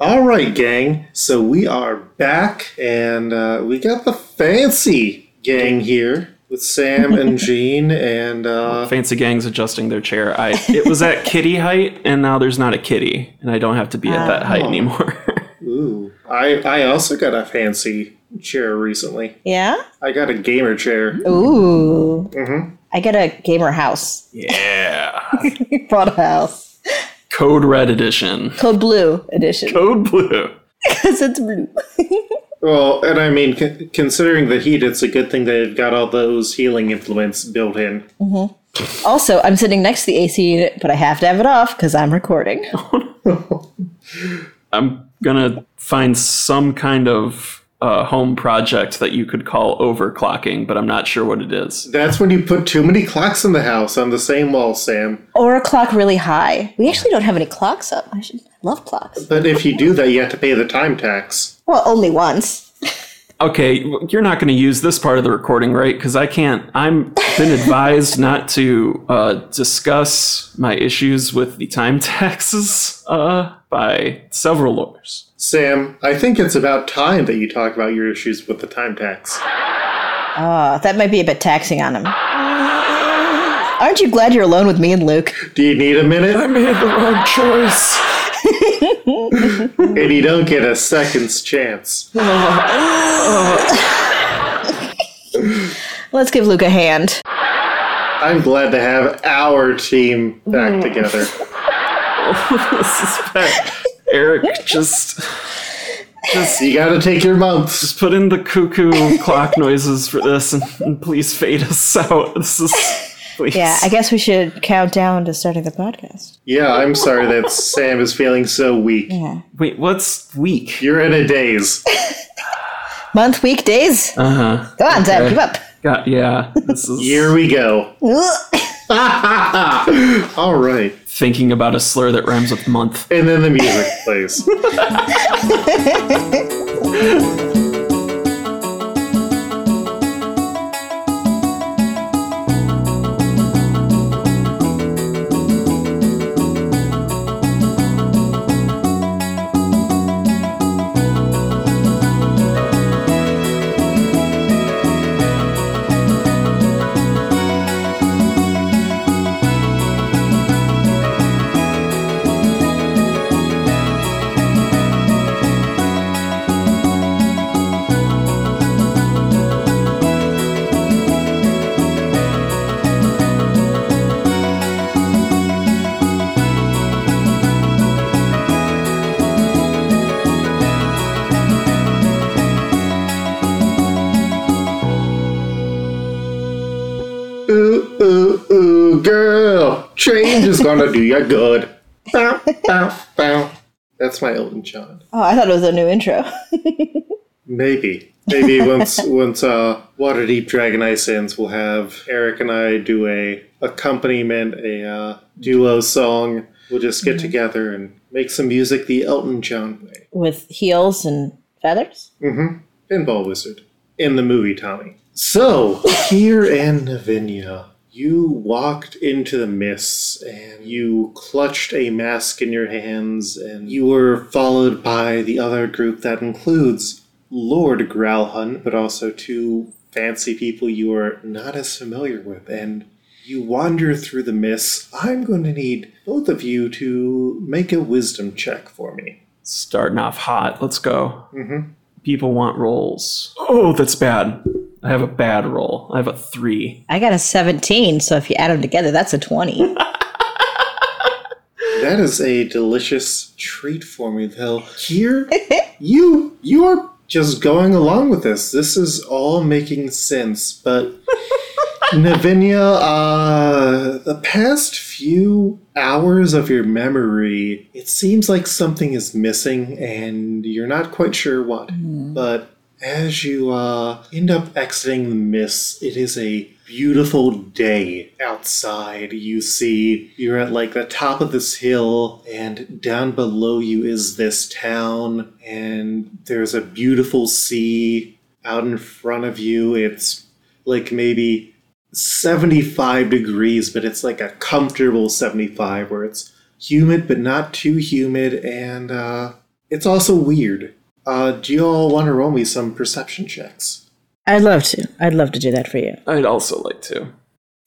All right, gang. So we are back, and uh, we got the fancy gang here with Sam and Jean, and uh, Fancy Gang's adjusting their chair. I it was at kitty height, and now there's not a kitty, and I don't have to be at that height Oh. anymore. ooh, I I also got a fancy chair recently. Yeah? I got a gamer chair. Ooh. Mhm. I get a gamer house. yeah, Brought a house. Code Red edition, Code Blue edition. Code Blue. Because it's blue. Well, and I mean, c- considering the heat, it's a good thing they've got all those healing implements built in. also, I'm sitting next to the AC unit, but I have to have it off because I'm recording. I'm gonna find some kind of uh, home project that you could call overclocking, but I'm not sure what it is. That's when you put too many clocks in the house on the same wall, Sam. Or a clock really high. We actually don't have any clocks up. I should I love clocks. But if you do that, you have to pay the time tax. Well, only once. Okay, you're not gonna use this part of the recording, right? Because I can't. I'm been advised not to uh, discuss my issues with the time taxes uh, by several lawyers. Sam, I think it's about time that you talk about your issues with the time tax. Uh, that might be a bit taxing on him. Aren't you glad you're alone with me and Luke? Do you need a minute? I made the wrong choice. And you don't get a second's chance. Let's give Luke a hand. I'm glad to have our team back together. this is bad. Eric, just You gotta take your months. put in the cuckoo clock noises for this, and, and please fade us out. This is please. Yeah, I guess we should count down to starting the podcast. Yeah, I'm sorry that Sam is feeling so weak. Yeah. Wait, what's week? You're in a daze. Month, week, days? Uh huh. Come on, Zeb, keep up. Got yeah. This is Here we go. Ugh. All right. thinking about a slur that rhymes with month. And then the music plays. ooh, ooh, ooh, girl. Change is gonna do you good. Bow, bow, bow. That's my Elton John. Oh, I thought it was a new intro. Maybe. Maybe once once uh Waterdeep Dragon Ice ends we'll have Eric and I do a accompaniment, a uh, duo song. We'll just get together and make some music the Elton John way. With heels and feathers? Pinball Wizard in the movie Tommy. So, here in Navinia, you walked into the mists and you clutched a mask in your hands, and you were followed by the other group that includes Lord Growlhun, but also two fancy people you are not as familiar with. And you wander through the mists. I'm going to need both of you to make a wisdom check for me. Starting off hot. Let's go. Mm-hmm. People want rolls. Oh, that's bad. I have a bad roll. I have a three. I got a 17, so if you add them together, that's a 20. That is a delicious treat for me, though. Here, you you're just going along with this. This is all making sense, but Navinia, uh, the past few hours of your memory, it seems like something is missing, and you're not quite sure what. But as you uh, end up exiting the mist, it is a beautiful day outside. You see, you're at like the top of this hill, and down below you is this town, and there's a beautiful sea out in front of you. It's like maybe 75 degrees, but it's like a comfortable 75 where it's humid but not too humid, and uh, It's also weird. Uh, do you all want to roll me some perception checks? I'd love to. I'd love to do that for you. I'd also like to.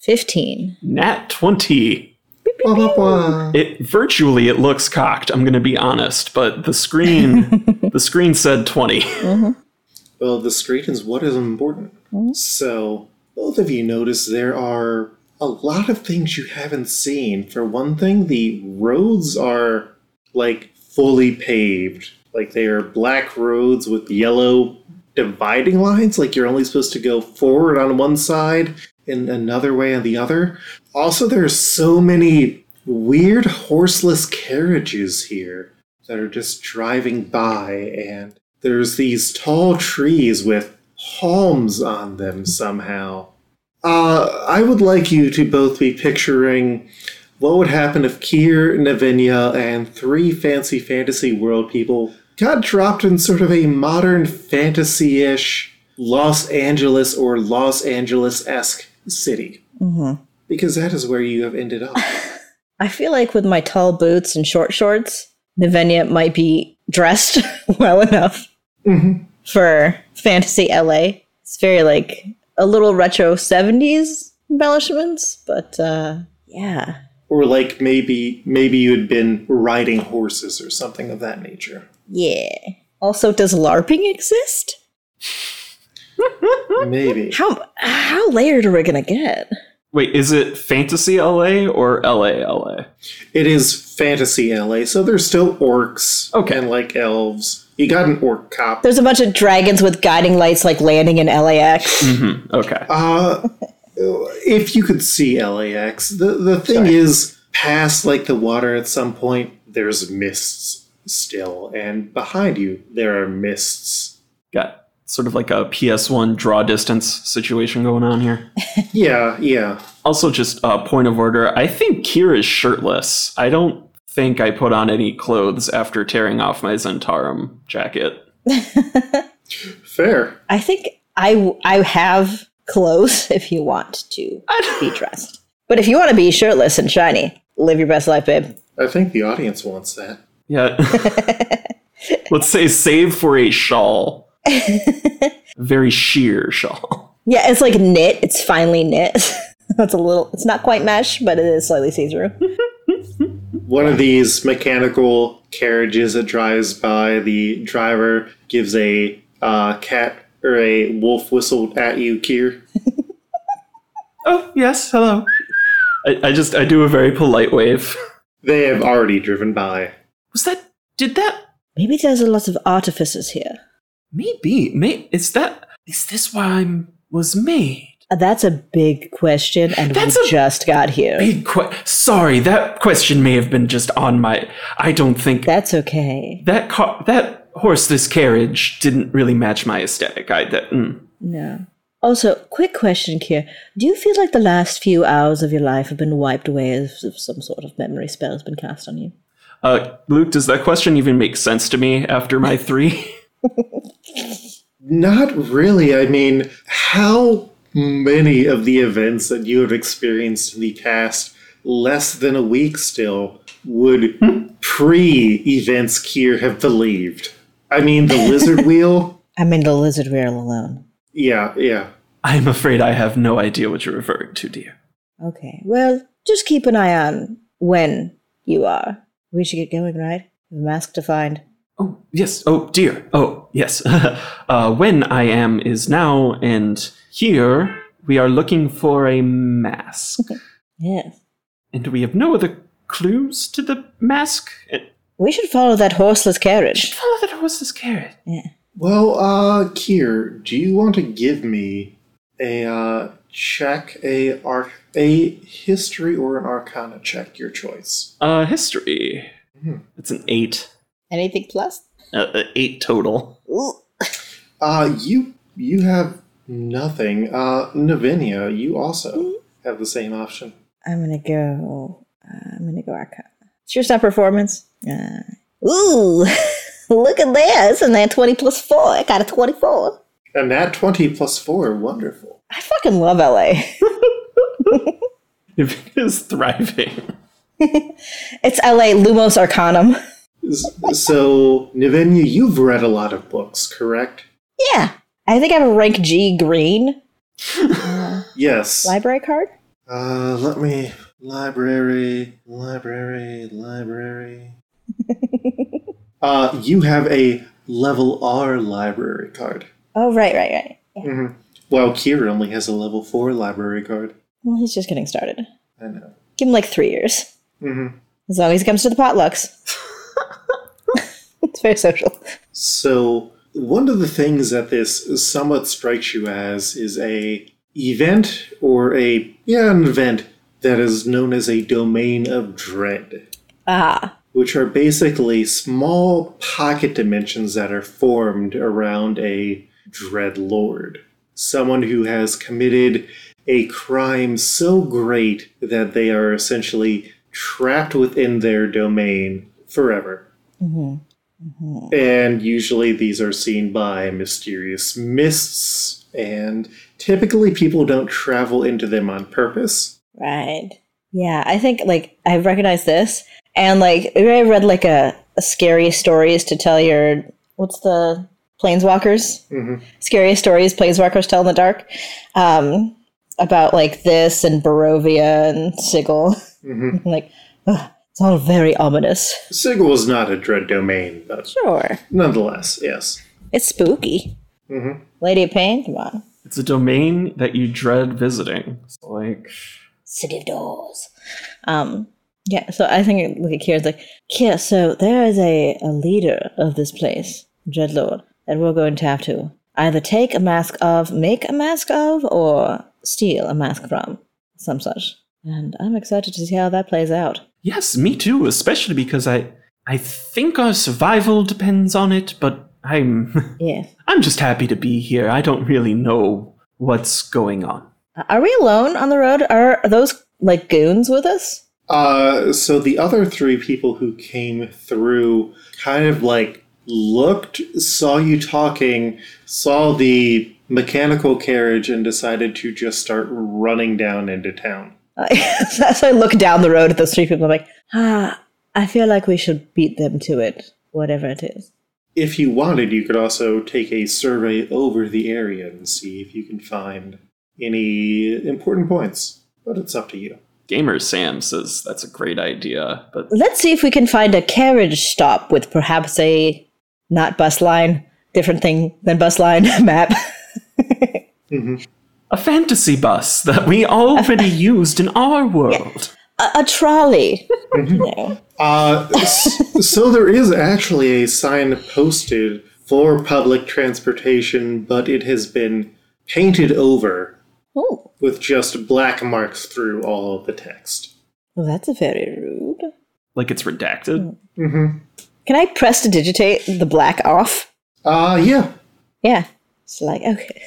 15. Nat 20. Blah, blah, Uh-huh. blah. It virtually it looks cocked, I'm going to be honest, but the screen the screen said 20. Well, the street is what is important. So, both of you notice there are a lot of things you haven't seen. For one thing, the roads are like fully paved. Like they are black roads with yellow dividing lines. Like you're only supposed to go forward on one side and another way on the other. Also, there are so many weird horseless carriages here that are just driving by, and there's these tall trees with palms on them somehow. Uh, I would like you to both be picturing what would happen if Kier, Navinia, and three fancy fantasy world people got dropped in sort of a modern fantasy ish Los Angeles or Los Angeles esque city. Because that is where you have ended up. I feel like with my tall boots and short shorts, Navenia might be dressed well enough Mm-hmm. for fantasy LA. It's very like a little retro 70s embellishments, but uh, yeah. or like maybe maybe you had been riding horses or something of that nature. Yeah. Also, does LARPing exist? Maybe. How how layered are we gonna get? Wait, is it fantasy LA or LA LA? It is fantasy LA, so there's still orcs Okay. and like elves. You got an orc cop. There's a bunch of dragons with guiding lights like landing in LAX. Mm. Okay. Uh, if you could see LAX, the the thing is, past like the water at some point, there's mists still, and behind you there are mists. Got sort of like a PS1 draw distance situation going on here. Yeah, yeah. Also, just a uh, point of order. I think Kira is shirtless. I don't think I put on any clothes after tearing off my Zentarum jacket. Fair. I think I I have clothes if you want to be dressed. But if you want to be shirtless and shiny, live your best life, babe. I think the audience wants that. Yeah. Let's say save for a shawl. Very sheer shawl. Yeah, it's like knit. It's finely knit. it's a little. It's not quite mesh, but it is slightly see through. One of these mechanical carriages that drives by, the driver gives a uh, cat or a wolf whistle at you, Kier. Oh, yes, hello. I, I just I do a very polite wave. They have already driven by. Was that did that Maybe there's a lot of artifices here. maybe may is that is this why I'm was made? Uh, That's a big question, and That's we a just got here. Big que- sorry, that question may have been just on my I don't think That's okay. that car, that horseless carriage didn't really match my aesthetic. I that mm. No. Also, quick question, Kier. Do you feel like the last few hours of your life have been wiped away as if some sort of memory spell has been cast on you? Uh, Luke, does that question even make sense to me after my three? Not really. I mean, how many of the events that you have experienced in the past less than a week still would pre events Kier have believed? I mean, the lizard wheel? I mean, the lizard wheel alone. Yeah, yeah. I'm afraid I have no idea what you're referring to, dear. Okay. Well, just keep an eye on when you are. We should get going, right? A mask to find. Oh yes. Oh dear. Oh yes. uh, when I am is now, and here we are looking for a mask, Yes. and we have no other clues to the mask. And We should follow that horseless carriage. follow that horseless carriage. Well, uh, Kier, do you want to give me a uh, check, a arc, a history or an arcana check, your choice? Uh, history. It's an eight. Anything plus? Uh, uh, eight total. Ooh. Uh, you you have nothing. Uh, Navinia, you also have the same option. I'm gonna go. Uh, I'm gonna go Arcana. It's your stop performance. Uh, ooh, look at that! Isn't that twenty plus four? I got a twenty-four. And that twenty plus four, wonderful. I fucking love LA. If it is thriving. It's LA Lumos Arcanum. So, Nivenya, you've read a lot of books, correct? Yeah. I think I have a rank G green Yes. library card. Uh, let me. Library, library, library. uh, you have a level R library card. Oh, right, right, right. Mm-hmm. While Kira only has a level 4 library card. Well, he's just getting started. I know. Give him like three years. Mm-hmm. As long as he comes to the potlucks. it's very social. So, one of the things that this somewhat strikes you as is a event or a yeah, an event that is known as a domain of dread. Ah, which are basically small pocket dimensions that are formed around a dread lord, someone who has committed a crime so great that they are essentially trapped within their domain forever. And usually these are seen by mysterious mists, and typically people don't travel into them on purpose. right. Yeah, I think like I recognize this. And like, maybe I read like a, a scary stories to tell your, what's the, planeswalkers? hmm scariest stories planeswalkers tell in the dark um, about like this and barovia and sigil hmm like ugh, it's all very ominous Sigil was not a dread domain, but sure nonetheless, yes. it's spooky hmm lady of pain come on It's a domain that you dread visiting. So like, city of doors um, yeah so i think like here's like yeah so there is a, a leader of this place dreadlord that we're going to have to either take a mask of make a mask of or steal a mask from some such and i'm excited to see how that plays out yes, me too. Especially because I, I think our survival depends on it. But I'm, Yeah. I'm just happy to be here. I don't really know what's going on. Are we alone on the road? Are those like goons with us? Uh, so the other three people who came through kind of like looked, saw you talking, saw the mechanical carriage, and decided to just start running down into town. As I look down the road at those three people, I'm like, ah, I feel like we should beat them to it, whatever it is. If you wanted, you could also take a survey over the area and see if you can find any important points, but it's up to you. Gamer Sam says that's a great idea, but Let's see if we can find a carriage stop with perhaps a not bus line, different thing than bus line map. a fantasy bus that we already used in our world. A, a trolley. you know. Uh, s- so there is actually a sign posted for public transportation, but it has been painted over Oh, with just black marks through all of the text. well, that's very rude. Like it's redacted. Mm-hmm. Can I press to digitate the black off? Uh, yeah, Yeah. It's like, okay.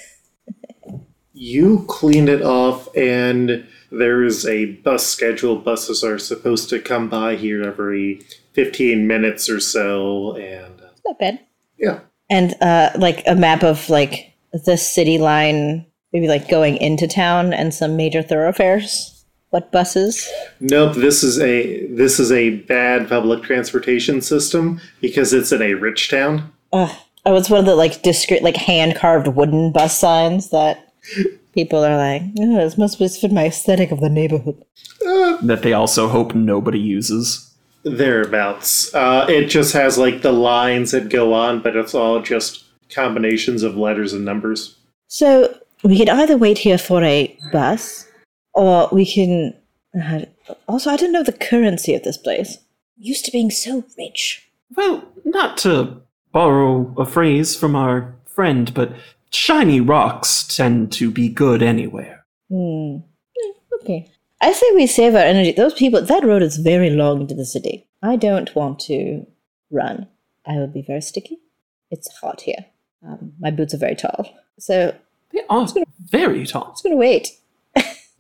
you cleaned it off, and there is a bus schedule. Buses are supposed to come by here every 15 minutes or so, and uh, Not bad. yeah. and uh like a map of like the city line maybe like going into town and some major thoroughfares what buses Nope, this is a this is a bad public transportation system because it's in a rich town. Ugh. oh it's one of the like discreet like hand carved wooden bus signs that people are like oh, this must be fit my aesthetic of the neighborhood That they also hope nobody uses. thereabouts. Uh, it just has like the lines that go on, but it's all just combinations of letters and numbers. so we can either wait here for a bus or we can uh, also i don't know the currency of this place used to being so rich Well, not to borrow a phrase from our friend, but shiny rocks tend to be good anywhere. Hmm. Eh, Okay. I say we save our energy. Those people, that road is very long into the city. I don't want to run. I will be very sticky. It's hot here. Um, my boots are very tall. So I'm They are very tall. just going to wait.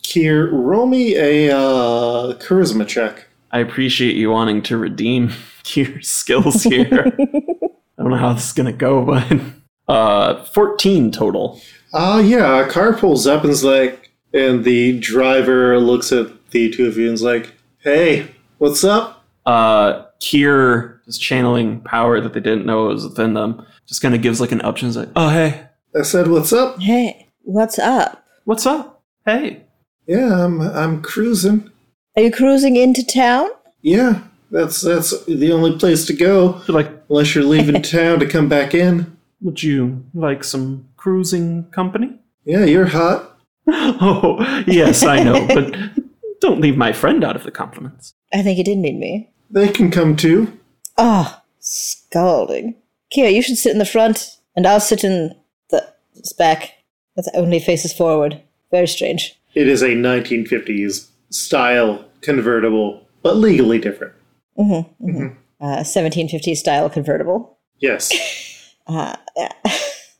Kier, roll me a uh, charisma check. I appreciate you wanting to redeem your skills here. I don't know how this is gonna go, but uh, fourteen total. Uh, yeah, a car pulls up and is like, and the driver looks at the two of you and is like, hey, what's up? uh Kier just channeling power that they didn't know was within them. Just kind of gives like an option. It's like, oh, hey, I said, "What's up?" Hey, what's up? what's up? Hey. Yeah, I'm I'm cruising. Are you cruising into town? Yeah, that's that's the only place to go You're like, unless you're leaving town to come back in. would you like some cruising company? Yeah, you're hot. oh, yes, I know, but don't leave my friend out of the compliments. I think he did need me. They can come too. Oh, scalding. Kia, you should sit in the front, and I'll sit in the it's back. That's only faces forward. Very strange. It is a 1950s style convertible, but legally different. Mm-hmm, Uh, 1750 style convertible. Yes. Uh, yeah.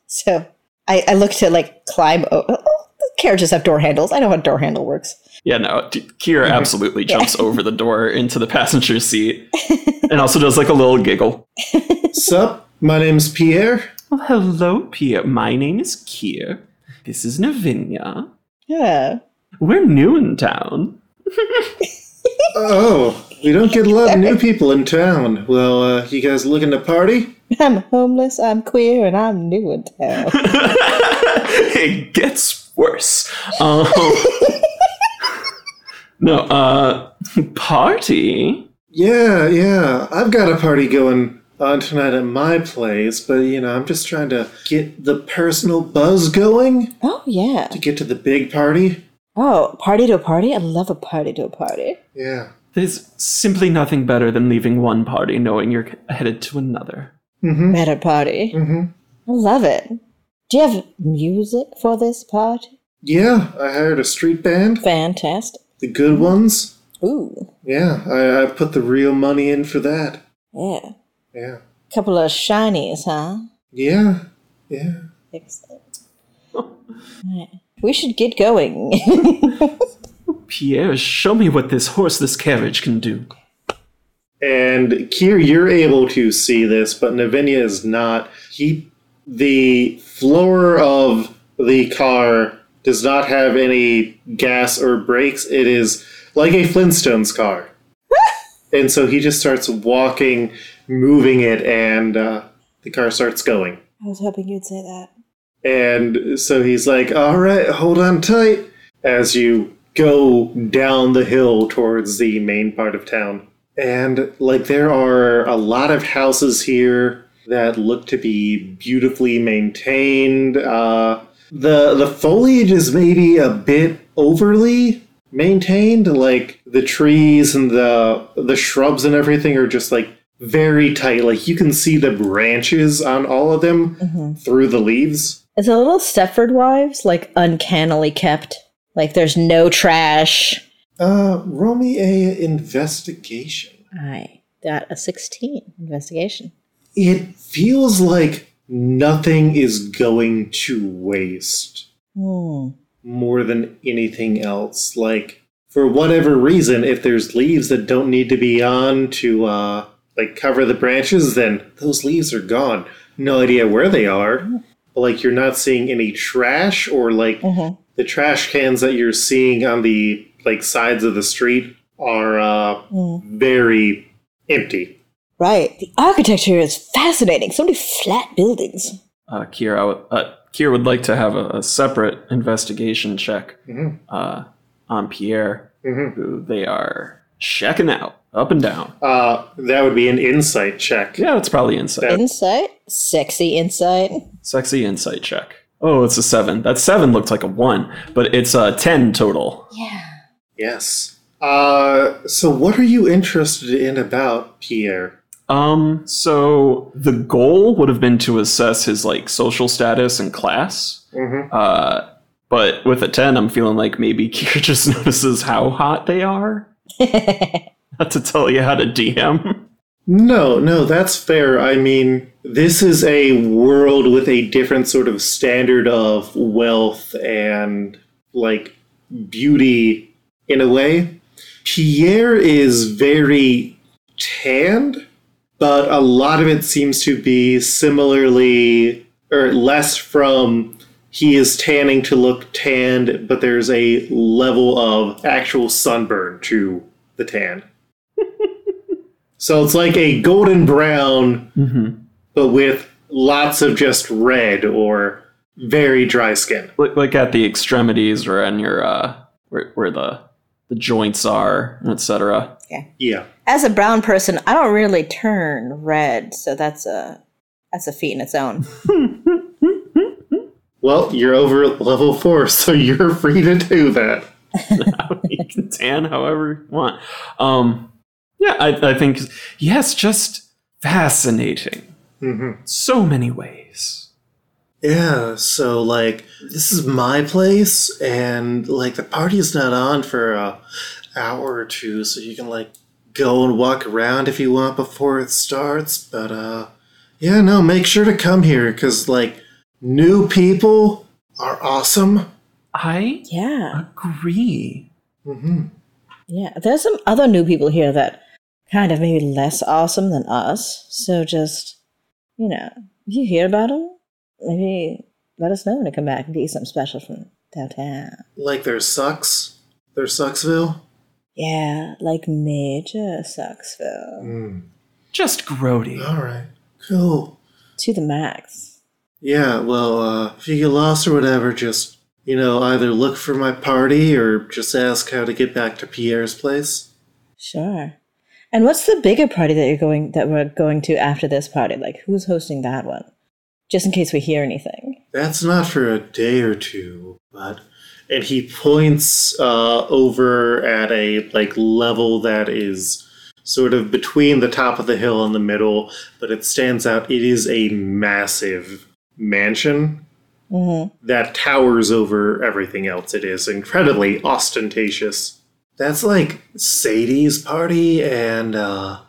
so I, I look to like climb. O- oh, carriages have door handles. I know how a door handle works. Yeah, no, D- Kira absolutely jumps over the door into the passenger seat and also does like a little giggle. Sup? My name's Pierre. Well, hello, Pierre. My name is Kier. This is Navinia. Yeah. We're new in town. Oh, we don't get a lot of new people in town. Well, uh, you guys looking to party? I'm homeless, I'm queer, and I'm new in town. it gets worse. Um, no, uh, party? Yeah, yeah. I've got a party going on tonight at my place, but you know, I'm just trying to get the personal buzz going oh, yeah. to get to the big party. Oh, party to a party? I love a party to a party. Yeah. There's simply nothing better than leaving one party knowing you're headed to another. Mm-hmm. Better party. Mm-hmm. I love it. Do you have music for this party? Yeah, I hired a street band. Fantastic. The good ones. Ooh, Yeah, I, I put the real money in for that. yeah. Yeah. Couple of shinies, huh? Yeah. Yeah. Excellent. Right. We should get going. Pierre, show me what this horseless carriage can do. And Kier, you're able to see this, but Navinia is not. He, the floor of the car does not have any gas or brakes. It is like a Flintstones car, and so he just starts walking, moving it, and uh, the car starts going. I was hoping you'd say that. And so he's like, "All right, hold on tight," as you go down the hill towards the main part of town. And like there are a lot of houses here that look to be beautifully maintained. Uh, the the foliage is maybe a bit overly maintained. Like the trees and the the shrubs and everything are just like very tight. Like you can see the branches on all of them through the leaves. Is a little Stepford Wives like uncannily kept? Like there's no trash. Uh, roll me a investigation. I got a 16 investigation. It feels like nothing is going to waste Hmm. more than anything else. Like for whatever reason, if there's leaves that don't need to be on to uh like cover the branches, then those leaves are gone. No idea where they are. But like you're not seeing any trash or like Mhm. the trash cans that you're seeing on the like sides of the street are uh Mm. very empty. Right. The architecture is fascinating. So many flat buildings. Uh, Kier, I would, uh, Kier would like to have a, a separate investigation check Mhm. uh, on Pierre, Mhm. who they are checking out up and down. Uh, that would be an insight check. Yeah, that's probably insight. Yeah. Insight. Sexy insight. Sexy insight check. Oh, it's a seven. That seven looked like a one, but it's a ten total. Yeah. Yes. Uh, so what are you interested in about Pierre? Um, so the goal would have been to assess his like social status and class. Mm-hmm. Uh, but with a ten, I'm feeling like maybe Kier just notices how hot they are. Not to tell you how to DM. No, no, that's fair. I mean, this is a world with a different sort of standard of wealth and, like, beauty in a way. Pierre is very tanned, but a lot of it seems to be similarly, or less from he is tanning to look tanned, but there's a level of actual sunburn to the tan. So it's like a golden brown, but with lots of just red or very dry skin. Look, look at the extremities or on your uh, where, where the the joints are, etc. Yeah. As a brown person, I don't really turn red, so that's a that's a feat in its own. Well, you're over level four, so you're free to do that. you can tan however you want. Um, yeah, I, I think yes, just fascinating. hmm So many ways. Yeah, so like this is my place, and like the party's not on for a hour or two, so you can like go and walk around if you want before it starts. But uh, yeah, no, make sure to come here because like new people are awesome. I yeah, agree. Mm-hmm. yeah. There's some other new people here that kind of maybe less awesome than us. So just you know, if you hear about them, maybe let us know when to come back and get you something special from downtown. Like there's Sucks, there's Sucksville. Yeah, like Major Sucksville Mm. Just grody. All right, cool. to the max. Yeah, well, uh, if you get lost or whatever, just, you know, either look for my party or just ask how to get back to Pierre's place. Sure. And what's the bigger party that you're going that we're going to after this party? Like who's hosting that one? Just in case we hear anything. That's not for a day or two, but. And he points uh, over at a, like, level that is sort of between the top of the hill and the middle, but it stands out. It is a massive mansion. hmm that towers over everything else. It is incredibly ostentatious. That's like Sadie's party, and uh,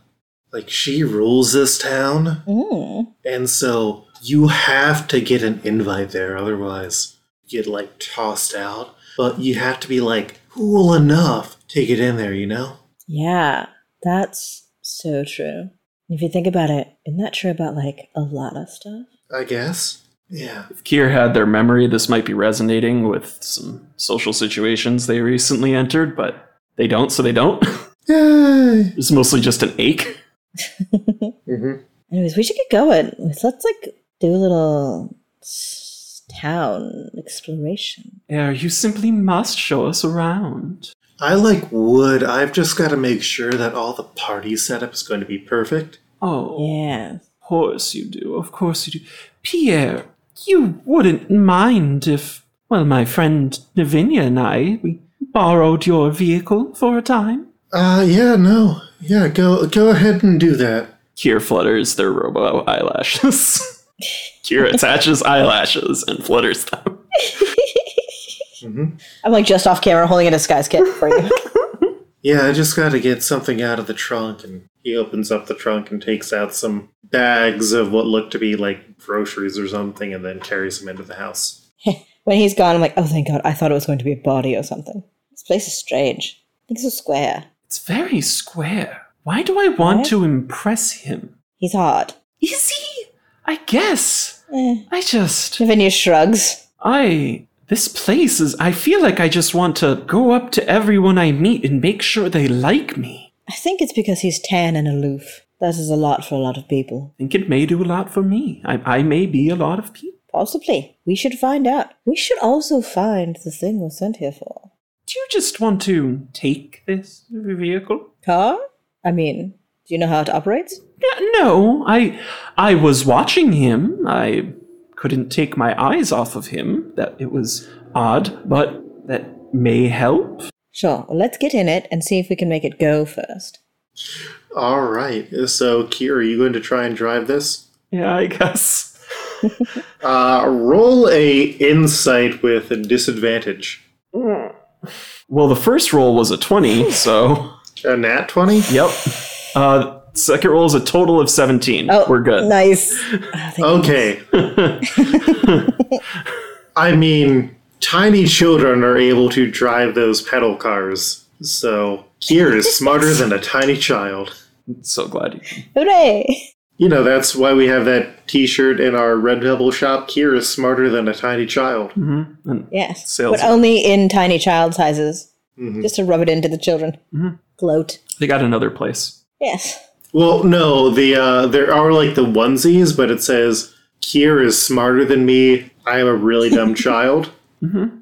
like she rules this town, Mm. and so you have to get an invite there, otherwise, you get like tossed out. But you have to be like cool enough to get in there, you know? Yeah, that's so true. If you think about it, isn't that true about like a lot of stuff? I guess. Yeah. If Kier had their memory, this might be resonating with some social situations they recently entered, but they don't, so they don't. Yay! it's mostly just an ache. Mm-hmm. Anyways, we should get going. Let's, let's like do a little s- town exploration. Yeah, you simply must show us around. I like wood. I've just got to make sure that all the party setup is going to be perfect. Oh. Yeah. Of course you do. Of course you do. Pierre, you wouldn't mind if, well, my friend Lavinia and I, we borrowed your vehicle for a time. Uh yeah, no. Yeah, go go ahead and do that. Kier flutters their robo eyelashes. Kier attaches eyelashes and flutters them. Mhm. I'm like just off camera holding a disguise kit for you. Yeah, I just got to get something out of the trunk and he opens up the trunk and takes out some bags of what look to be like groceries or something and then carries them into the house. when he's gone, I'm like, oh, thank God. I thought it was going to be a body or something. This place is strange. I think it's a square. It's very square. Why do I want What? to impress him? He's hard. Is he? I guess. Eh. I just. Lavinia shrugs. I. This place is. I feel like I just want to go up to everyone I meet and make sure they like me. I think it's because he's tan and aloof. That is a lot for a lot of people. I think it may do a lot for me. I, I may be a lot of people. Possibly. We should find out. We should also find the thing we're sent here for. Do you just want to take this vehicle? Car? I mean, do you know how it operates? N- No, I. I was watching him. I couldn't take my eyes off of him. That it was odd, but that may help. Sure. Well, let's get in it and see if we can make it go first. All right. So, Kier, are you going to try and drive this? Yeah, I guess. Uh roll a insight with a disadvantage. Well, the first roll was a twenty, so. A nat 20? Yep. Uh, second roll is a total of 17. We're good. Oh, Nice. Ah, thank Okay. I mean, tiny children are able to drive those pedal cars. So, Kier is smarter than a tiny child. So glad you came. Hooray! You know, that's why we have that t shirt in our Red Devil shop. Kier is smarter than a tiny child. And Yes. Sales. Mm-hmm. But only in tiny child sizes. Mhm. Just to rub it into the children. Mhm. Gloat. they got another place. Yes. Well, no, the uh, there are like the onesies, but it says Kier is smarter than me. I am a really dumb child.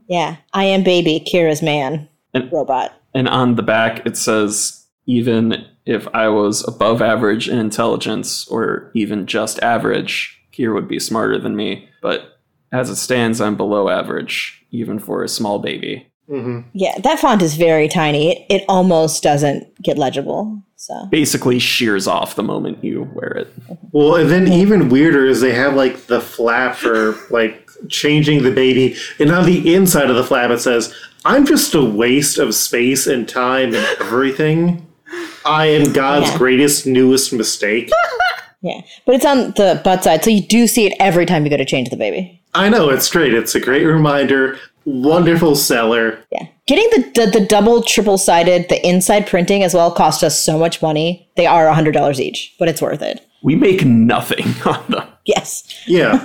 Yeah. I am baby, Kira's man. And- Robot. And on the back, it says, even if I was above average in intelligence or even just average, Kier would be smarter than me. But as it stands, I'm below average, even for a small baby. hmm Yeah, that font is very tiny. It, it almost doesn't get legible. So Basically, shears off the moment you wear it. Well, and then even weirder is they have like the flap for like changing the baby, and on the inside of the flap it says, "I'm just a waste of space and time and everything. I am God's Yeah. greatest newest mistake." yeah, but it's on the butt side, so you do see it every time you go to change the baby. I know it's great. It's a great reminder. Wonderful seller. Yeah, getting the the, the double triple sided the inside printing as well cost us so much money. They are hundred dollars each, but it's worth it. We make nothing on them. Yes, Yeah,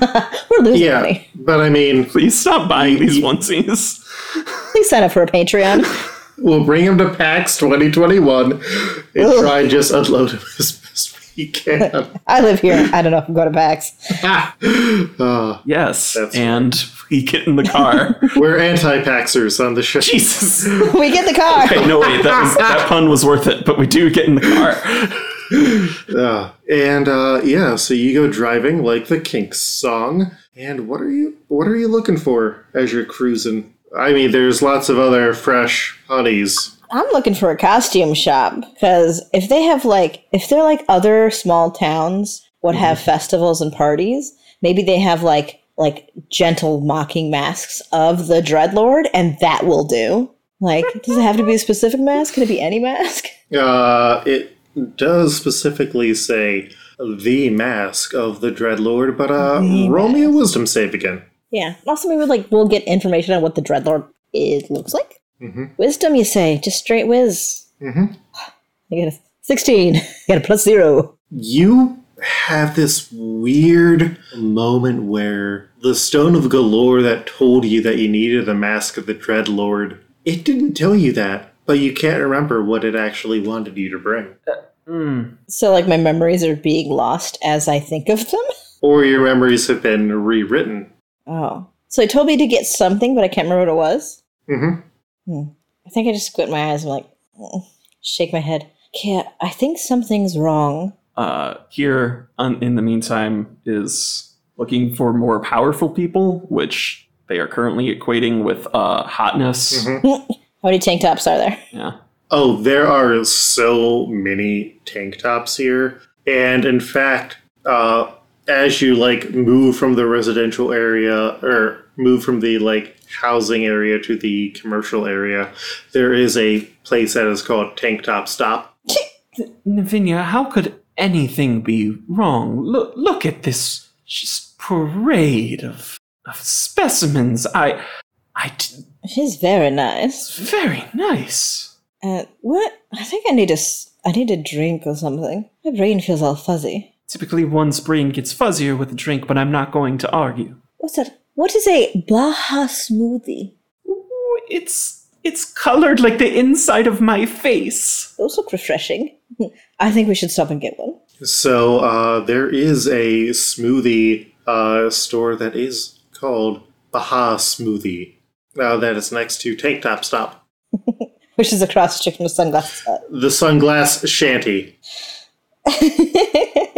we're losing yeah. money. But I mean, Please stop buying these onesies. Please sign up for a Patreon. we'll bring him to PAX 2021 and try and just unload him as best we can. I live here. I don't know if I'm going to PAX. Ah, Yes. That's and we get in the car. we're anti-paxers on the show. Jesus. We get the car. Okay, no, wait, that, was, that pun was worth it, but we do get in the car. Ah, and uh, yeah, so you go driving like the Kinks song. And what are you? What are you looking for as you're cruising? I mean, there's lots of other fresh honeys. I'm looking for a costume shop because if they have like if they're like other small towns would have festivals and parties, maybe they have like like gentle mocking masks of the dreadlord and that will do. Like does it have to be a specific mask? Can it be any mask? Uh, it does specifically say the mask of the Dreadlord, but uh, roll me a wisdom save again. Yeah. Also maybe like we'll get information on what the dreadlord is looks like. Mhm. Wisdom you say, just straight whiz. Mm-hmm. You get a 16. You get a plus 0. you have this weird moment where the stone of galore that told you that you needed the mask of the dread lord it didn't tell you that but you can't remember what it actually wanted you to bring So like my memories are being lost as I think of them. or your memories have been rewritten Oh. So it told me to get something, but I can't remember what it was. mm-hmm. I think I just squint my eyes and like mm, shake my head. Can't I think something's wrong. Uh, here, on, in the meantime, is looking for more powerful people, which they are currently equating with uh, hotness. Mhm. How many tank tops are there? Yeah. oh there are so many tank tops here and in fact uh, as you like move from the residential area or move from the like housing area to the commercial area, there is a place that is called Tank Top Stop. Navinia, how could anything be wrong? Look, look at this just parade of, of specimens. I, I, d- She's very nice. it's very nice. Uh, what? I think I need a s- I need a drink or something. My brain feels all fuzzy. Typically, one's brain gets fuzzier with a drink, but I'm not going to argue. What's that? What is a Baja smoothie? Ooh, it's it's colored like the inside of my face. Those look refreshing. I think we should stop and get one. So uh, there is a smoothie uh, store that is called Baja Smoothie. Uh, that is next to Tank Top Stop, Which is a cross street from the sunglasses Uh, hut. the sunglass shanty.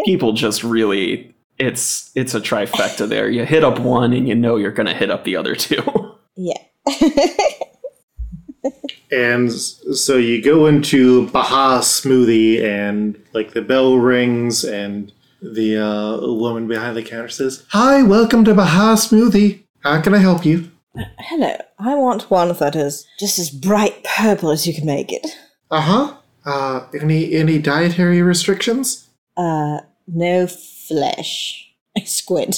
People just really it's it's a trifecta there. You hit up one and you know you're gonna hit up the other two. Yeah. And s- so you go into Baja Smoothie, and like the bell rings, and the uh, woman behind the counter says, "Hi, welcome to Baja Smoothie. How can I help you?" Hello, I want one that is just as bright purple as you can make it. Uh-huh. Uh Any any dietary restrictions? Uh, no flesh. I squint.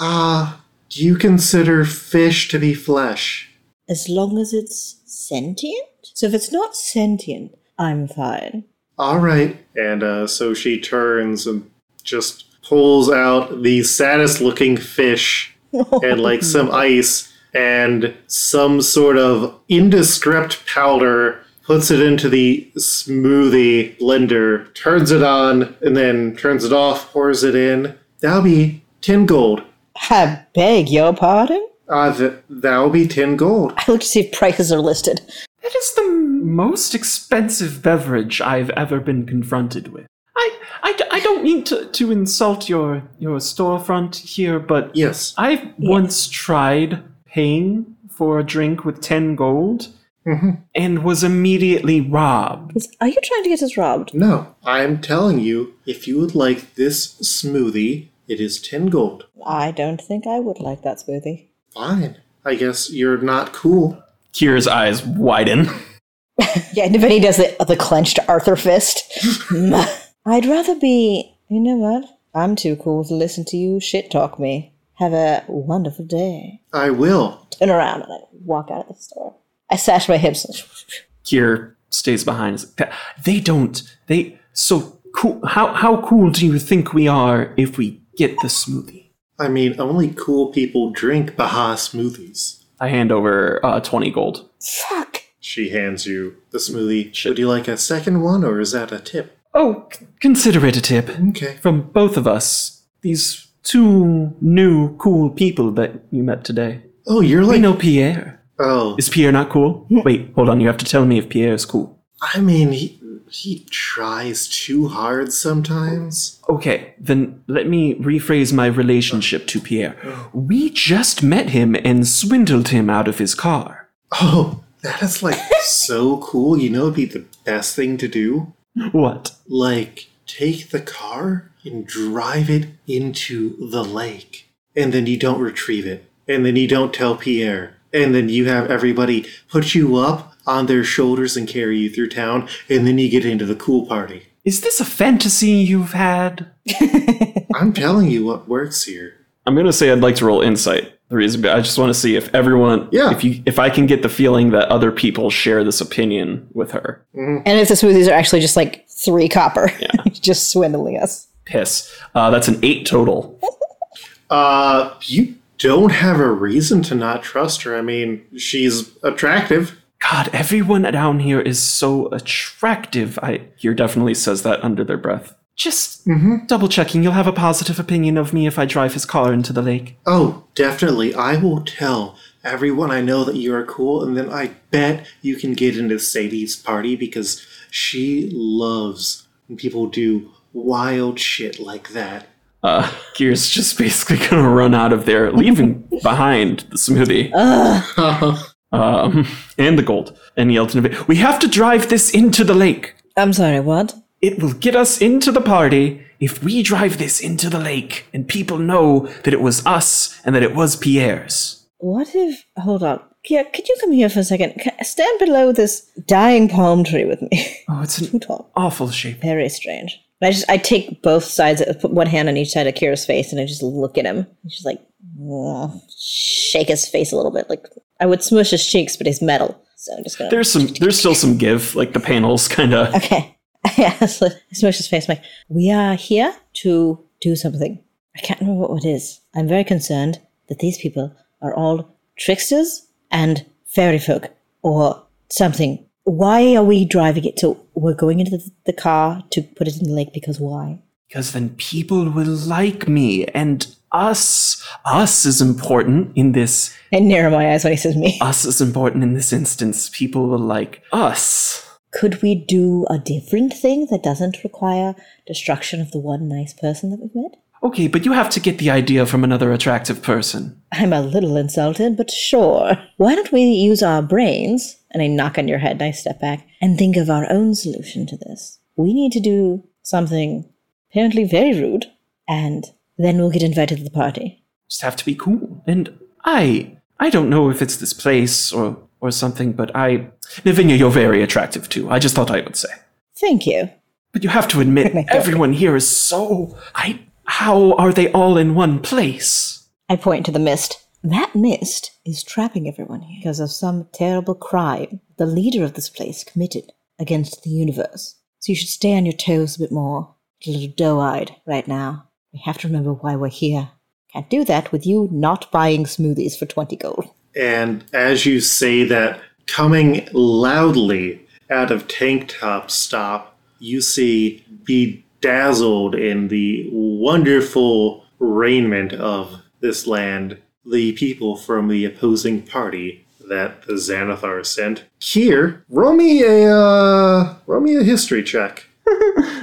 Uh, do you consider fish to be flesh? As long as it's sentient? So if it's not sentient, I'm fine. All right. And uh, so she turns and just pulls out the saddest looking fish and like some ice and some sort of indescript powder, puts it into the smoothie blender, turns it on, and then turns it off, pours it in. That'll be 10 gold. I beg your pardon? Uh, th- that'll be 10 gold. I looked to see if prices are listed. That is the most expensive beverage I've ever been confronted with. I, I, I don't mean to, to insult your, your storefront here, but Yes. I once tried paying for a drink with 10 gold Mhm. and was immediately robbed. Is- Are you trying to get us robbed? No, I'm telling you, if you would like this smoothie, it is 10 gold. I don't think I would like that smoothie. Fine. I guess you're not cool. Kira's eyes widen. Yeah, and if any does the, the clenched Arthur fist. Mm. I'd rather be. You know what? I'm too cool to listen to you shit talk me. Have a wonderful day. I will. Turn around and I walk out of the store. I sash my hips. Kier stays behind. He's like, They don't. They so cool. How how cool do you think we are if we get the smoothie? I mean, only cool people drink Baja smoothies. I hand over uh, twenty gold. Fuck. She hands you the smoothie. Would you like a second one, or is that a tip? Oh, c- consider it a tip Okay. from both of us. These two new cool people that you met today. Oh, you're We like. know Pierre. Oh, Is Pierre not cool? Wait, hold on. You have to tell me if Pierre is cool. I mean, he he tries too hard sometimes. Okay, then let me rephrase my relationship to Pierre. We just met him and swindled him out of his car. Oh, that is like so cool. You know, it'd be the best thing to do. What? Like, take the car and drive it into the lake, and then you don't retrieve it, and then you don't tell Pierre, and then you have everybody put you up on their shoulders and carry you through town, and then you get into the cool party. Is this a fantasy you've had? I'm telling you what works here. I'm gonna say I'd like to roll insight. The reason be- I just want to see if everyone, Yeah. if you, if I can get the feeling that other people share this opinion with her. And if the smoothies are actually just like three copper, just swindling us. Piss. Uh, that's an eight total. Uh, you don't have a reason to not trust her. I mean, she's attractive. God, everyone down here is so attractive. I here definitely says that under their breath. Just double checking. You'll have a positive opinion of me if I drive his car into the lake. Oh, definitely. I will tell everyone I know that you are cool, and then I bet you can get into Sadie's party because she loves when people do wild shit like that. Uh, Gear's just basically gonna run out of there, leaving behind the smoothie. um, and the gold, and yelled in a bit, We have to drive this into the lake. I'm sorry, what? It will get us into the party if we drive this into the lake and people know that it was us and that it was Pierre's. What if. Hold on. Yeah, could you come here for a second? Ca- Stand below this dying palm tree with me. Oh, it's Too an tall. awful shape. Very strange. And I just I take both sides, I put one hand on each side of Kira's face, and I just look at him. He's just like, "Ugh." shake his face a little bit. Like I would smush his cheeks, but he's metal, so I'm just gonna. There's some there's still some give, like the panels kinda okay. Yeah, I smush his face. I'm like, we are here to do something. I can't remember what it is. I'm very concerned that these people are all tricksters and fairy folk or something. Why are we driving it to? We're going into the, the car to put it in the lake because why? Because then people will like me and us us is important in this And narrow my eyes when he says me. us is important in this instance. People will like us. Could we do a different thing that doesn't require destruction of the one nice person that we've met? Okay, but you have to get the idea from another attractive person. I'm a little insulted, but sure. Why don't we use our brains? And I knock on your head and I step back and think of our own solution to this. We need to do something apparently very rude, and then we'll get invited to the party. Just have to be cool. And I I don't know if it's this place or or something, but I Lavinia, you're very attractive too. I just thought I would say. Thank you. But you have to admit everyone here is so I how are they all in one place? I point to the mist. That mist is trapping everyone here because of some terrible crime the leader of this place committed against the universe. So you should stay on your toes a bit more. Get a little doe eyed right now. We have to remember why we're here. Can't do that with you not buying smoothies for 20 gold. And as you say that, coming loudly out of tank top stop, you see bedazzled in the wonderful raiment of this land the people from the opposing party that the Xanathar sent. Here, roll me a uh, roll me a history check.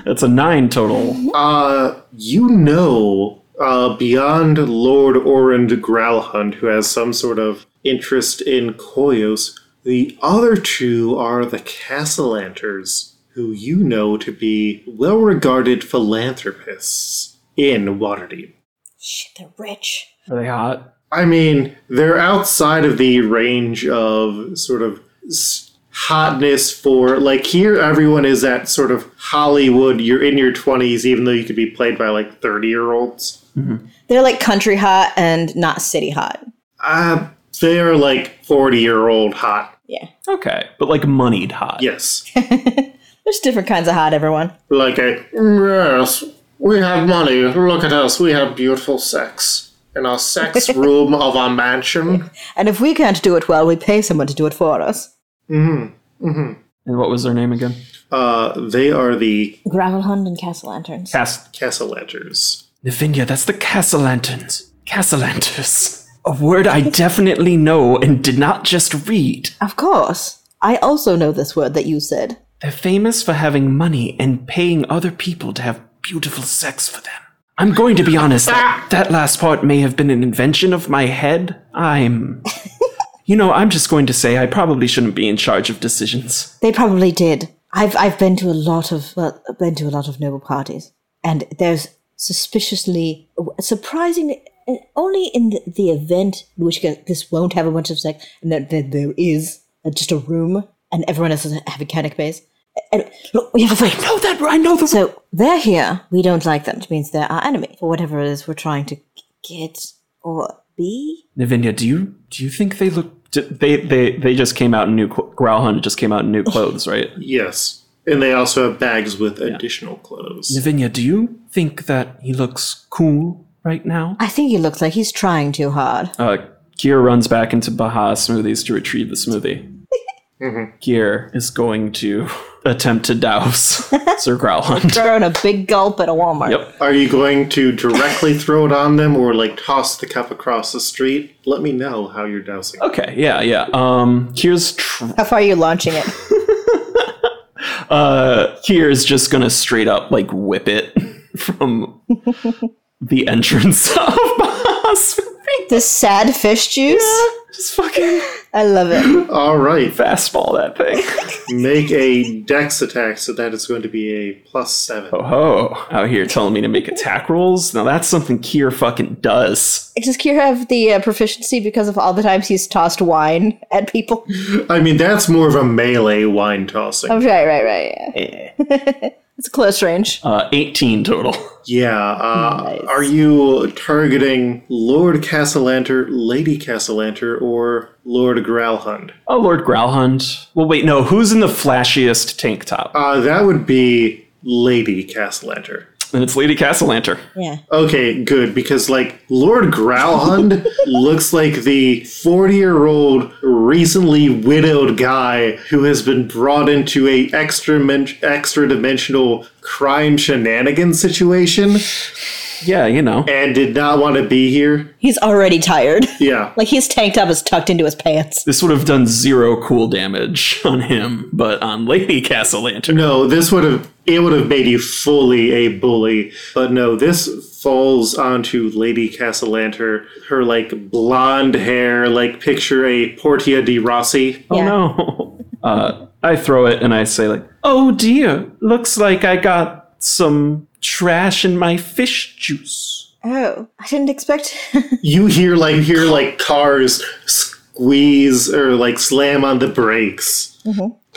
That's a nine total. Uh, you know, uh, beyond Lord Orand Growlhunt, who has some sort of interest in Koyos, the other two are the Castellanters, who you know to be well regarded philanthropists in Waterdeep. Shit, they're rich. Are they hot? I mean, they're outside of the range of sort of s- hotness for like here everyone is at sort of Hollywood, you're in your 20s even though you could be played by like 30-year-olds. They're like country hot and not city hot. Uh they're like 40-year-old hot. Yeah. Okay, but like moneyed hot. Yes. There's different kinds of hot, everyone. like a "Mm, yes, we have money. Look at us. We have beautiful sex in our sex room of our mansion. And if we can't do it well, we pay someone to do it for us. And what was their name again? Uh they are the Gravel Hunt and Castle Lanterns. Cast Castellanters. Navinia, that's the Castellantans. Castellantus. A word I definitely know and did not just read. Of course. I also know this word that you said. They're famous for having money and paying other people to have beautiful sex for them. I'm going to be honest, that, that last part may have been an invention of my head. I'm. You know, I'm just going to say I probably shouldn't be in charge of decisions. They probably did. I've I've been to a lot of well, I've been to a lot of noble parties, and there's suspiciously, surprisingly, and only in the, the event in which this won't have a bunch of sex, and that that there is uh, just a room, and everyone else is having panic base. And look, we have a fight. No, that I know the So they're here. We don't like them, which means they're our enemy for whatever it is we're trying to get or be. Navinia, do you do you think they look? d- They they they just came out in new cl- Growlhound just came out in new clothes, right? Yes. And they also have bags with additional clothes. Navinia, do you think that he looks cool right now? I think he looks like he's trying too hard. Uh, Kier runs back into Baja Smoothies to retrieve the smoothie. Kier is going to attempt to douse Sir Growlhound. Throwing a big gulp at a Walmart. Yep. Are you going to directly throw it on them or like toss the cup across the street? Let me know how you're dousing. Okay, yeah, yeah. Um, Kier's tr- How far are you launching it? uh, Kier's just gonna straight up like whip it from the entrance of Baja Smoothies. This sad fish juice. Just fucking I love it. All right. fastball that thing. Make a dex attack, so that is going to be a plus seven. oh ho! Out here telling me to make attack rolls. Now that's something Kier fucking does. Does Kier have the uh, proficiency because of all the times he's tossed wine at people? I mean, that's more of a melee wine tossing. Okay, right, right, yeah. it's close range. Uh, 18 total. Yeah. Uh, Nice. Are you targeting Lord Castellanter, Lady Castellanter, or Lord Growlhund? Oh, Lord Growlhound. Well, wait, no. Who's in the flashiest tank top? Uh, that would be Lady Castellanter. And it's Lady Castellanter. Yeah. Okay, good, because like Lord Growlhund looks like the 40 year old recently widowed guy who has been brought into a extra men- extra dimensional crime shenanigan situation Yeah, you know. and did not want to be here. He's already tired. Yeah. Like his tank top is tucked into his pants. This would have done zero cool damage on him, but on Lady Castellanter. No, this would have it would have made you fully a bully, but no, this falls onto Lady Castellanter. Her like blonde hair, like picture a Portia di Rossi. Oh, Yeah. no. Uh, I throw it and I say, like, oh dear, looks like I got some trash in my fish juice. Oh, I didn't expect. You hear like you hear like cars squeeze or like slam on the brakes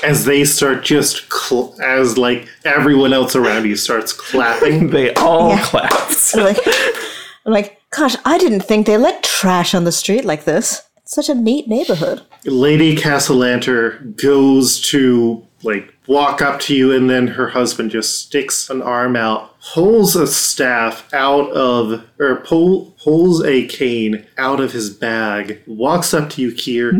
as they start just cl- as like everyone else around you starts clapping. They all Yeah. clapped. I'm like, I'm like, gosh, I didn't think they let trash on the street like this. It's such a neat neighborhood. Lady Castellanter goes to like walk up to you, and then her husband just sticks an arm out, pulls a staff out of, or pull, pulls a cane out of his bag, walks up to you, Kier.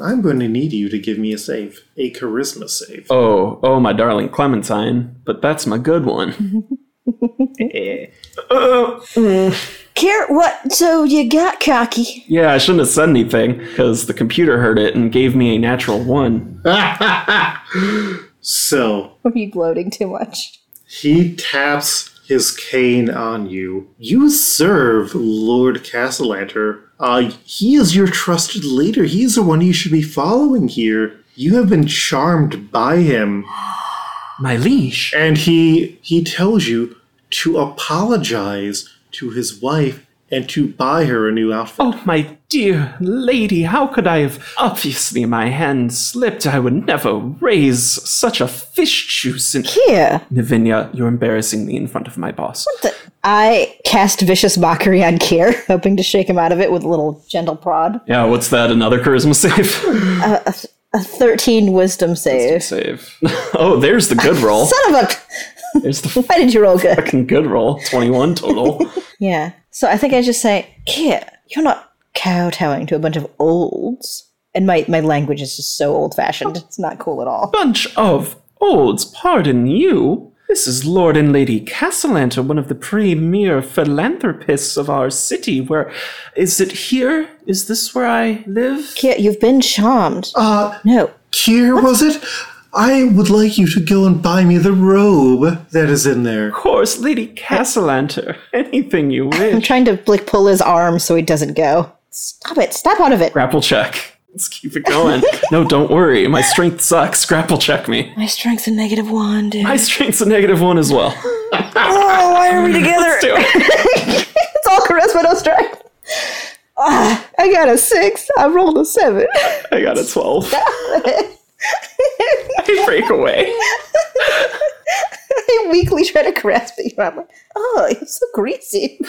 I'm going to need you to give me a save, a charisma save. Oh, oh, my darling Clementine, but that's my good one. Care what? So you got cocky. Yeah, I shouldn't have said anything because the computer heard it and gave me a natural one. So Are you gloating too much? He taps his cane on you. You serve Lord Castellanter. Uh, he is your trusted leader. He is the one you should be following here. You have been charmed by him, My liege. and he he tells you to apologize to his wife and to buy her a new outfit. Oh, my dear lady, how could I have? Obviously, my hand slipped. I would never raise such a fish juice in. Yeah. Navinia, you're embarrassing me in front of my boss. I cast vicious mockery on Kier, hoping to shake him out of it with a little gentle prod. Yeah, what's that? Another charisma save? A 13 wisdom save. save. Oh, there's the good roll. Son of a. There's the Why did you roll good? fucking good roll. 21 total. Yeah. So I think I just say, Kier, you're not kowtowing to a bunch of olds. And my, my language is just so old fashioned. It's not cool at all. bunch of olds, pardon you. This is Lord and Lady Castellanter, one of the premier philanthropists of our city. Where is it here? Is this where I live? Kier, you've been charmed. Uh, No. here was it? I would like you to go and buy me the robe that is in there. Of course, Lady Castellanter. Anything you I'm wish. trying to like pull his arm so he doesn't go. Stop it. Step out of it. Grapple check. Let's keep it going. no, don't worry. My strength sucks. Grapple check me. My strength's a negative one, dude. My strength's a negative one as well. oh, why are we together? Do it. It's all charisma, no strength. Ah, I got a six. I rolled a seven. I got a 12. I break away. I weakly try to grasp it. I'm like, oh, you're so greasy.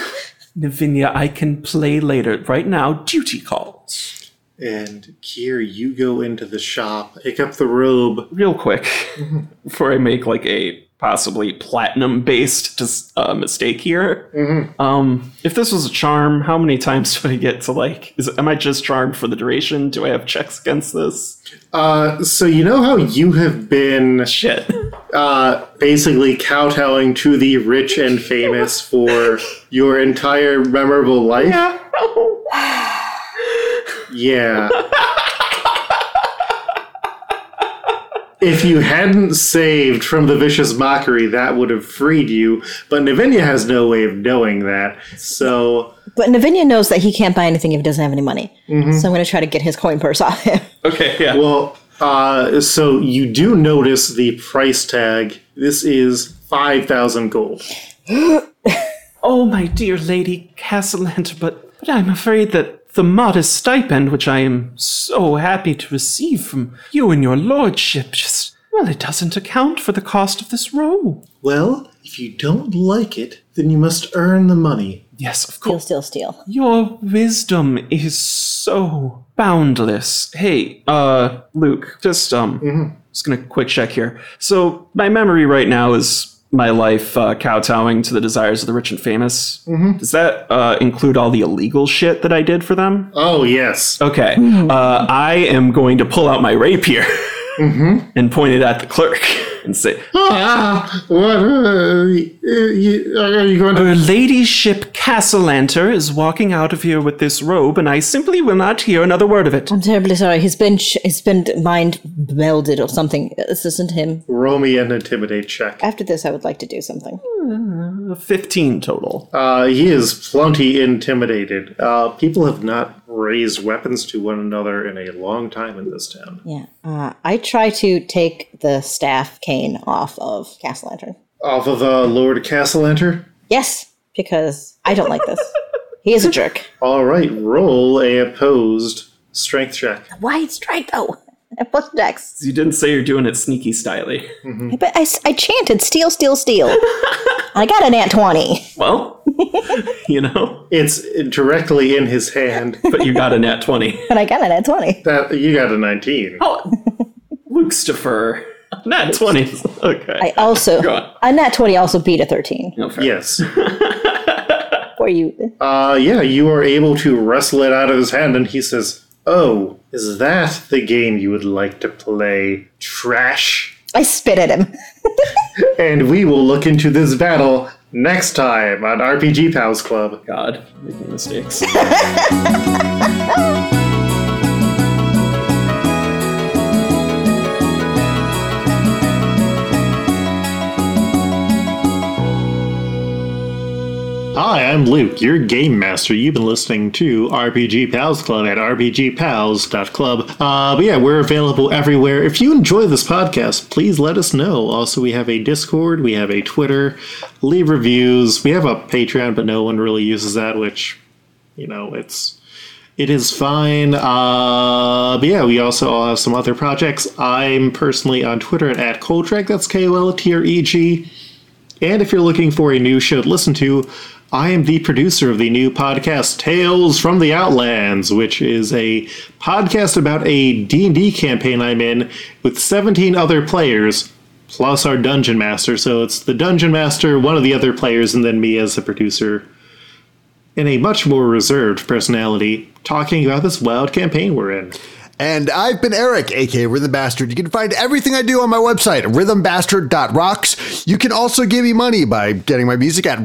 Navinia, I can play later. Right now, duty calls. And here you go into the shop, pick up the robe, real quick before I make like a possibly platinum based just uh, mistake here. Um, if this was a charm, how many times do I get to like? Is am I just charmed for the duration? Do I have checks against this? Uh, so you know how you have been Shit. uh, basically kowtowing to the rich and famous for your entire memorable life? Yeah. if you hadn't saved from the vicious mockery, that would have freed you, but Navinia has no way of knowing that. So, But Navinia knows that he can't buy anything if he doesn't have any money. Mm-hmm. So I'm going to try to get his coin purse off him. okay. Yeah. well, uh, so you do notice the price tag. This is 5,000 gold. oh, my dear Lady Castellant, but but I'm afraid that the modest stipend which I am so happy to receive from you and your lordship just well, it doesn't account for the cost of this row. Well, if you don't like it, then you must earn the money. Yes, of He'll course. still steal. Your wisdom is so boundless. Hey, uh, Luke, just um, just gonna quick check here. So my memory right now is my life uh, kowtowing to the desires of the rich and famous. Does that uh, include all the illegal shit that I did for them? Oh, yes. Okay, uh, I am going to pull out my rapier and point it at the clerk and say, Ah, what? Uh, you, are you going to. Her ladyship Castellanter is walking out of here with this robe, and I simply will not hear another word of it. I'm terribly sorry. He's been sh- he's been mind melded or something. This isn't him. Roll me an intimidate check. After this, I would like to do something. 15 total. Uh, he is plenty intimidated. Uh, people have not raised weapons to one another in a long time in this town. Yeah. Uh, I try to take the staff cane off of Cast Lantern. Off of uh, Lord Castellanter? Yes, because I don't like this. he is a jerk. All right, roll a opposed strength check. Wide strike, though. And plus dex. You didn't say you're doing it sneaky styly. I, bet I, s- I chanted, steal, steal, steal. I got an at 20. Well, you know? It's directly in his hand. But you got a nat 20. But I got it at 20. That you got a nineteen. Oh, Luke's defer. Nat 20. Okay. I also, Go on. Oh, a nat 20 also beat a 13. No, fair. Yes. For you. Uh, yeah, you are able to wrestle it out of his hand, and he says, "Oh, is that the game you would like to play, trash?" I spit at him. And we will look into this battle next time on RPG Pals Club. God, making mistakes. Hi, I'm Luke, your game master. You've been listening to RPG Pals Club at rpgpals.club. Uh, but yeah, we're available everywhere. If you enjoy this podcast, please let us know. Also, we have a Discord, we have a Twitter, leave reviews. We have a Patreon, but no one really uses that, which, you know, it's it is fine. Uh, but yeah, we also all have some other projects. I'm personally on Twitter at, at Coltrek. That's K O L T R E G. And if you're looking for a new show to listen to, I am the producer of the new podcast Tales from the Outlands, which is a podcast about a D&D campaign I'm in with 17 other players plus our dungeon master. So it's the dungeon master, one of the other players and then me as the producer in a much more reserved personality talking about this wild campaign we're in. And I've been Eric, aka Rhythm Bastard. You can find everything I do on my website, rhythmbastard.rocks. You can also give me money by getting my music at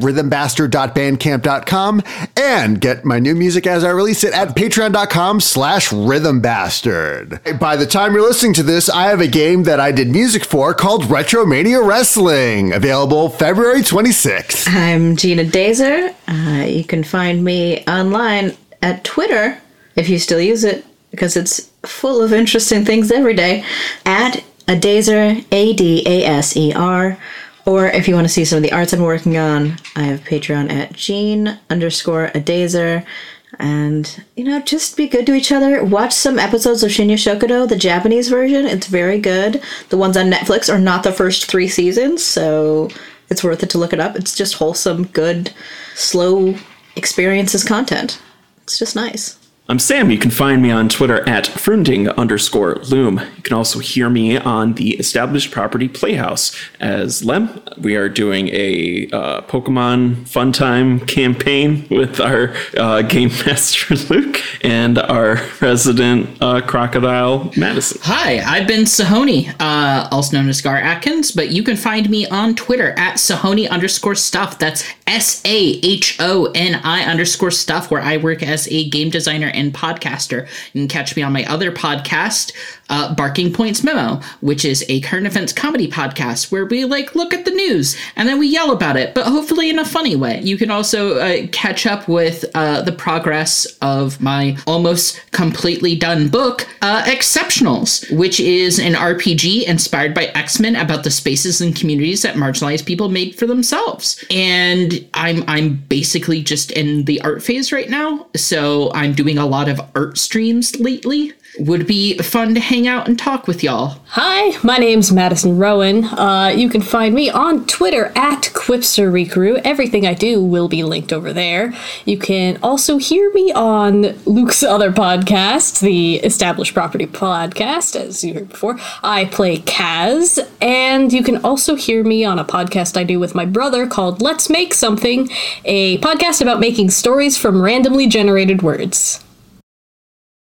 rhythmbastard.bandcamp.com and get my new music as I release it at patreon.com slash rhythmbastard. By the time you're listening to this, I have a game that I did music for called Retromania Wrestling, available February 26th. I'm Gina Dazer. Uh, you can find me online at Twitter, if you still use it, because it's full of interesting things every day, at a Dazer, A D A S E R. Or if you want to see some of the arts I'm working on, I have Patreon at Gene underscore a Dazer. And, you know, just be good to each other. Watch some episodes of Shinya Shokudo, the Japanese version. It's very good. The ones on Netflix are not the first three seasons, so it's worth it to look it up. It's just wholesome, good, slow experiences content. It's just nice. I'm Sam. You can find me on Twitter at Frunding underscore Loom. You can also hear me on the Established Property Playhouse as Lem. We are doing a uh, Pokemon Fun Time campaign with our uh, Game Master Luke and our resident uh, Crocodile Madison. Hi, I've been Sahoni, uh, also known as Gar Atkins, but you can find me on Twitter at Sahoni underscore stuff. That's S A H O N I underscore stuff, where I work as a game designer and podcaster. You can catch me on my other podcast, uh, Barking Points Memo, which is a current events comedy podcast where we like look at the news and then we yell about it, but hopefully in a funny way. You can also uh, catch up with uh, the progress of my almost completely done book, uh, Exceptionals, which is an RPG inspired by X Men about the spaces and communities that marginalized people made for themselves. And I'm I'm basically just in the art phase right now, so I'm doing a lot of art streams lately. Would be fun to hang out and talk with y'all. Hi, my name's Madison Rowan. Uh, you can find me on Twitter at Quipserikru. Everything I do will be linked over there. You can also hear me on Luke's other podcast, the Established Property Podcast, as you heard before. I play Kaz, and you can also hear me on a podcast I do with my brother called Let's Make Something, a podcast about making stories from randomly generated words.